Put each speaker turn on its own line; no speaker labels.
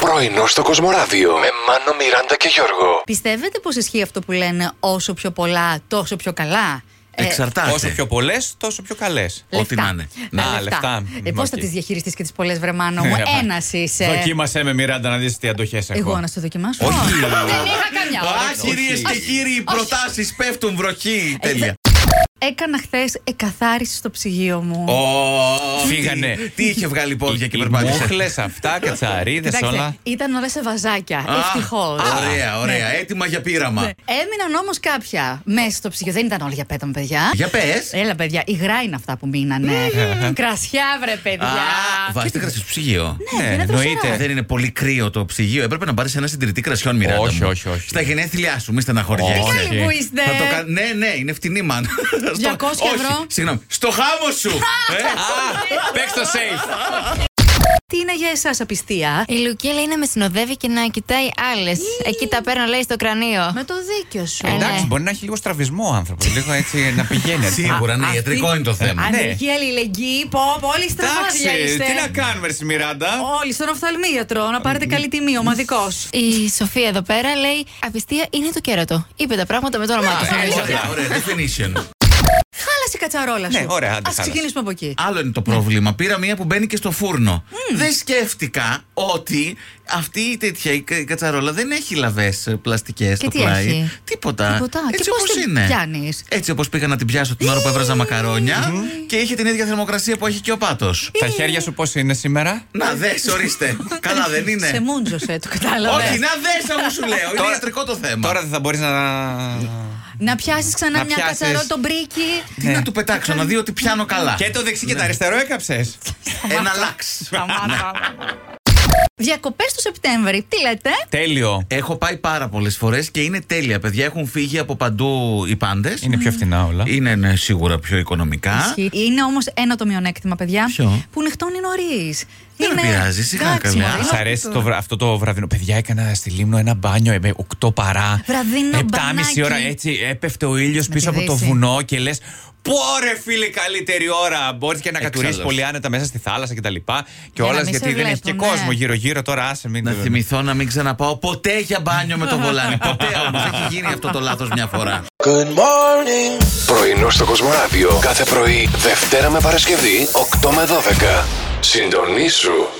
Πρωινό στο Κοσμοράδιο με Μάνο, Μιράντα και Γιώργο.
Πιστεύετε πως ισχύει αυτό που λένε όσο πιο πολλά, τόσο πιο καλά. Ε,
Εξαρτάται.
Όσο πιο πολλές, τόσο πιο καλές.
Ό,τι να είναι.
τα
Α, λεφτά.
Ε, Πώς θα
Οκ.
τις διαχειριστείς και τις πολλές, Βρεμάνο
Ε,
Ναι,
μου. Ένας είσαι.
Δοκίμασέ με, Μιράντα, να δεις τι αντοχές έχω.
Εγώ να στο δοκιμάσω.
Όχι.
Δεν είχα καμιά
Α,
όρεξη.
κυρίε και κύριοι, οι προτάσεις πέφτουν βροχή. Τέλεια.
Έκανα χθες εκαθάριση στο ψυγείο μου.
Ω,
Φύγανε.
τι- Τι είχε βγάλει πόδια και
Οι
περπάτησε.
μόχλες, αυτά, κατσαρίδες,
Κοιτάξτε,
όλα.
ήταν όλα σε βαζάκια.
Α,
Ευτυχώς.
Ωραία, ωραία. Έτοιμα για πείραμα.
Έμειναν όμως κάποια μέσα στο ψυγείο. Δεν ήταν όλα για πέταμα, παιδιά.
Για Ναι, πες.
Έλα, παιδιά, υγρά είναι αυτά που μείνανε. Κρασιά, βρε, παιδιά.
Βάζετε κρασί στο ψυγείο.
Ναι,
Ναι,
είναι τρομερά.
εννοείται.
Δεν είναι πολύ κρύο το ψυγείο. Έπρεπε να πάρεις ένα συντηρητή κρασιών, Μιράντα.
Όχι,
μου.
όχι, όχι.
Στα γενέθλιά σου, μη στεναχωριέσαι.
Όχι.
Πάλι που είστε.
Θα το κα- Ναι, ναι, είναι φτηνή, μαν.
200 ευρώ.
Συγγνώμη. Στο χάμο σου! ε.
Παίξ το safe.
Τι είναι για εσάς απιστία.
Ε,
Η Λουκία λέει να με συνοδεύει και να κοιτάει άλλες. Εκεί τα παίρνω, λέει, στο κρανίο.
Με το δίκιο σου.
Ε,
Εντάξει,
ναι.
μπορεί να έχει λίγο στραβισμό ο άνθρωπος. Λίγο έτσι να πηγαίνει.
Σίγουρα, ναι,
αυτή-
ιατρικό είναι το θέμα.
Αν
ναι.
έχει αλληλεγγύη, πω, πω, όλοι στραβάδια
Εντάξει,
είστε.
τι να κάνουμε, ρε, στη Μιράντα.
Όλοι στον οφθαλμίατρο, να πάρετε καλή τιμή, ομαδικό.
Η Σοφία εδώ πέρα λέει Απιστία είναι το κέρατο. Είπε τα πράγματα με το όνομά του.
Ε, Ωραία, ωραία, definition.
Χάλασε η κατσαρόλα σου.
Ναι, ωραία, άντε,
Α
χάλασε.
ξεκινήσουμε από εκεί.
Άλλο είναι το πρόβλημα. Πήρα μία που μπαίνει και στο φούρνο. Δεν σκέφτηκα ότι αυτή η τέτοια η κα- κατσαρόλα δεν έχει λαβές πλαστικέ στο
τι
πλάι.
έχει?
Τίποτα.
Τίποτα. Και
Έτσι
πώς
όπως
την
είναι.
πιάνεις?
Έτσι όπως πήγα να την πιάσω την ώρα που έβραζα μακαρόνια και είχε την ίδια θερμοκρασία που έχει και ο πάτο.
Τα χέρια σου πώ είναι σήμερα.
Να δε, ορίστε. Καλά δεν
Σε
είναι.
μούντζωσε, το κατάλαβε.
ναι. Όχι, να δε όμω σου λέω. Είναι ιατρικό το θέμα.
Τώρα δεν θα μπορεί να.
Να πιάσεις ξανά
Να
μια
πιάσεις.
κατσαρόλα, τον μπρίκι.
Τι να του πετάξω, να δει ότι πιάνω καλά.
Ναι. Και το δεξί και το αριστερό έκαψες.
Ένα λάξ.
Διακοπέ του Σεπτέμβρη. Τι λέτε,
Τέλειο.
Έχω πάει πάρα πολλές φορές και είναι τέλεια, παιδιά. Έχουν φύγει από παντού οι πάντες.
Είναι πιο φθηνά όλα.
Είναι ναι, σίγουρα πιο οικονομικά.
Ισχύει. Είναι όμως ένα το μειονέκτημα, παιδιά.
Ποιο?
Που νυχτώνει νωρίς.
Δεν με πειράζει, σιγά, καλέ.
Σα αρέσει το, βρα- αυτό το βραδινό. Παιδιά, έκανα στη λίμνο ένα μπάνιο ε, με 8 παρά.
Βραδινό
7,5
μπανάκι.
ώρα έτσι. Έπεφτε ο ήλιος
Με
πίσω
τη
από το
δύση.
βουνό και λες. Πόρε φίλε, καλύτερη ώρα. Μπορείς και να κατουρίσει
Εξάλλου.
πολύ άνετα μέσα στη θάλασσα κτλ. Και, και
να
όλας
μην σε
γιατί δεν
βλέπουν,
έχει και
ναι.
κόσμο γύρω-γύρω τώρα. Άσε μην.
Να
το-
θυμηθώ να μην ξαναπάω ποτέ για μπάνιο με το βολάνι. ποτέ όμως. Έχει γίνει αυτό το λάθος μια φορά.
Πρωινό στο Κοσμοράδιο κάθε πρωί, Δευτέρα με Παρασκευή, 8 με 12. Συντονίσου.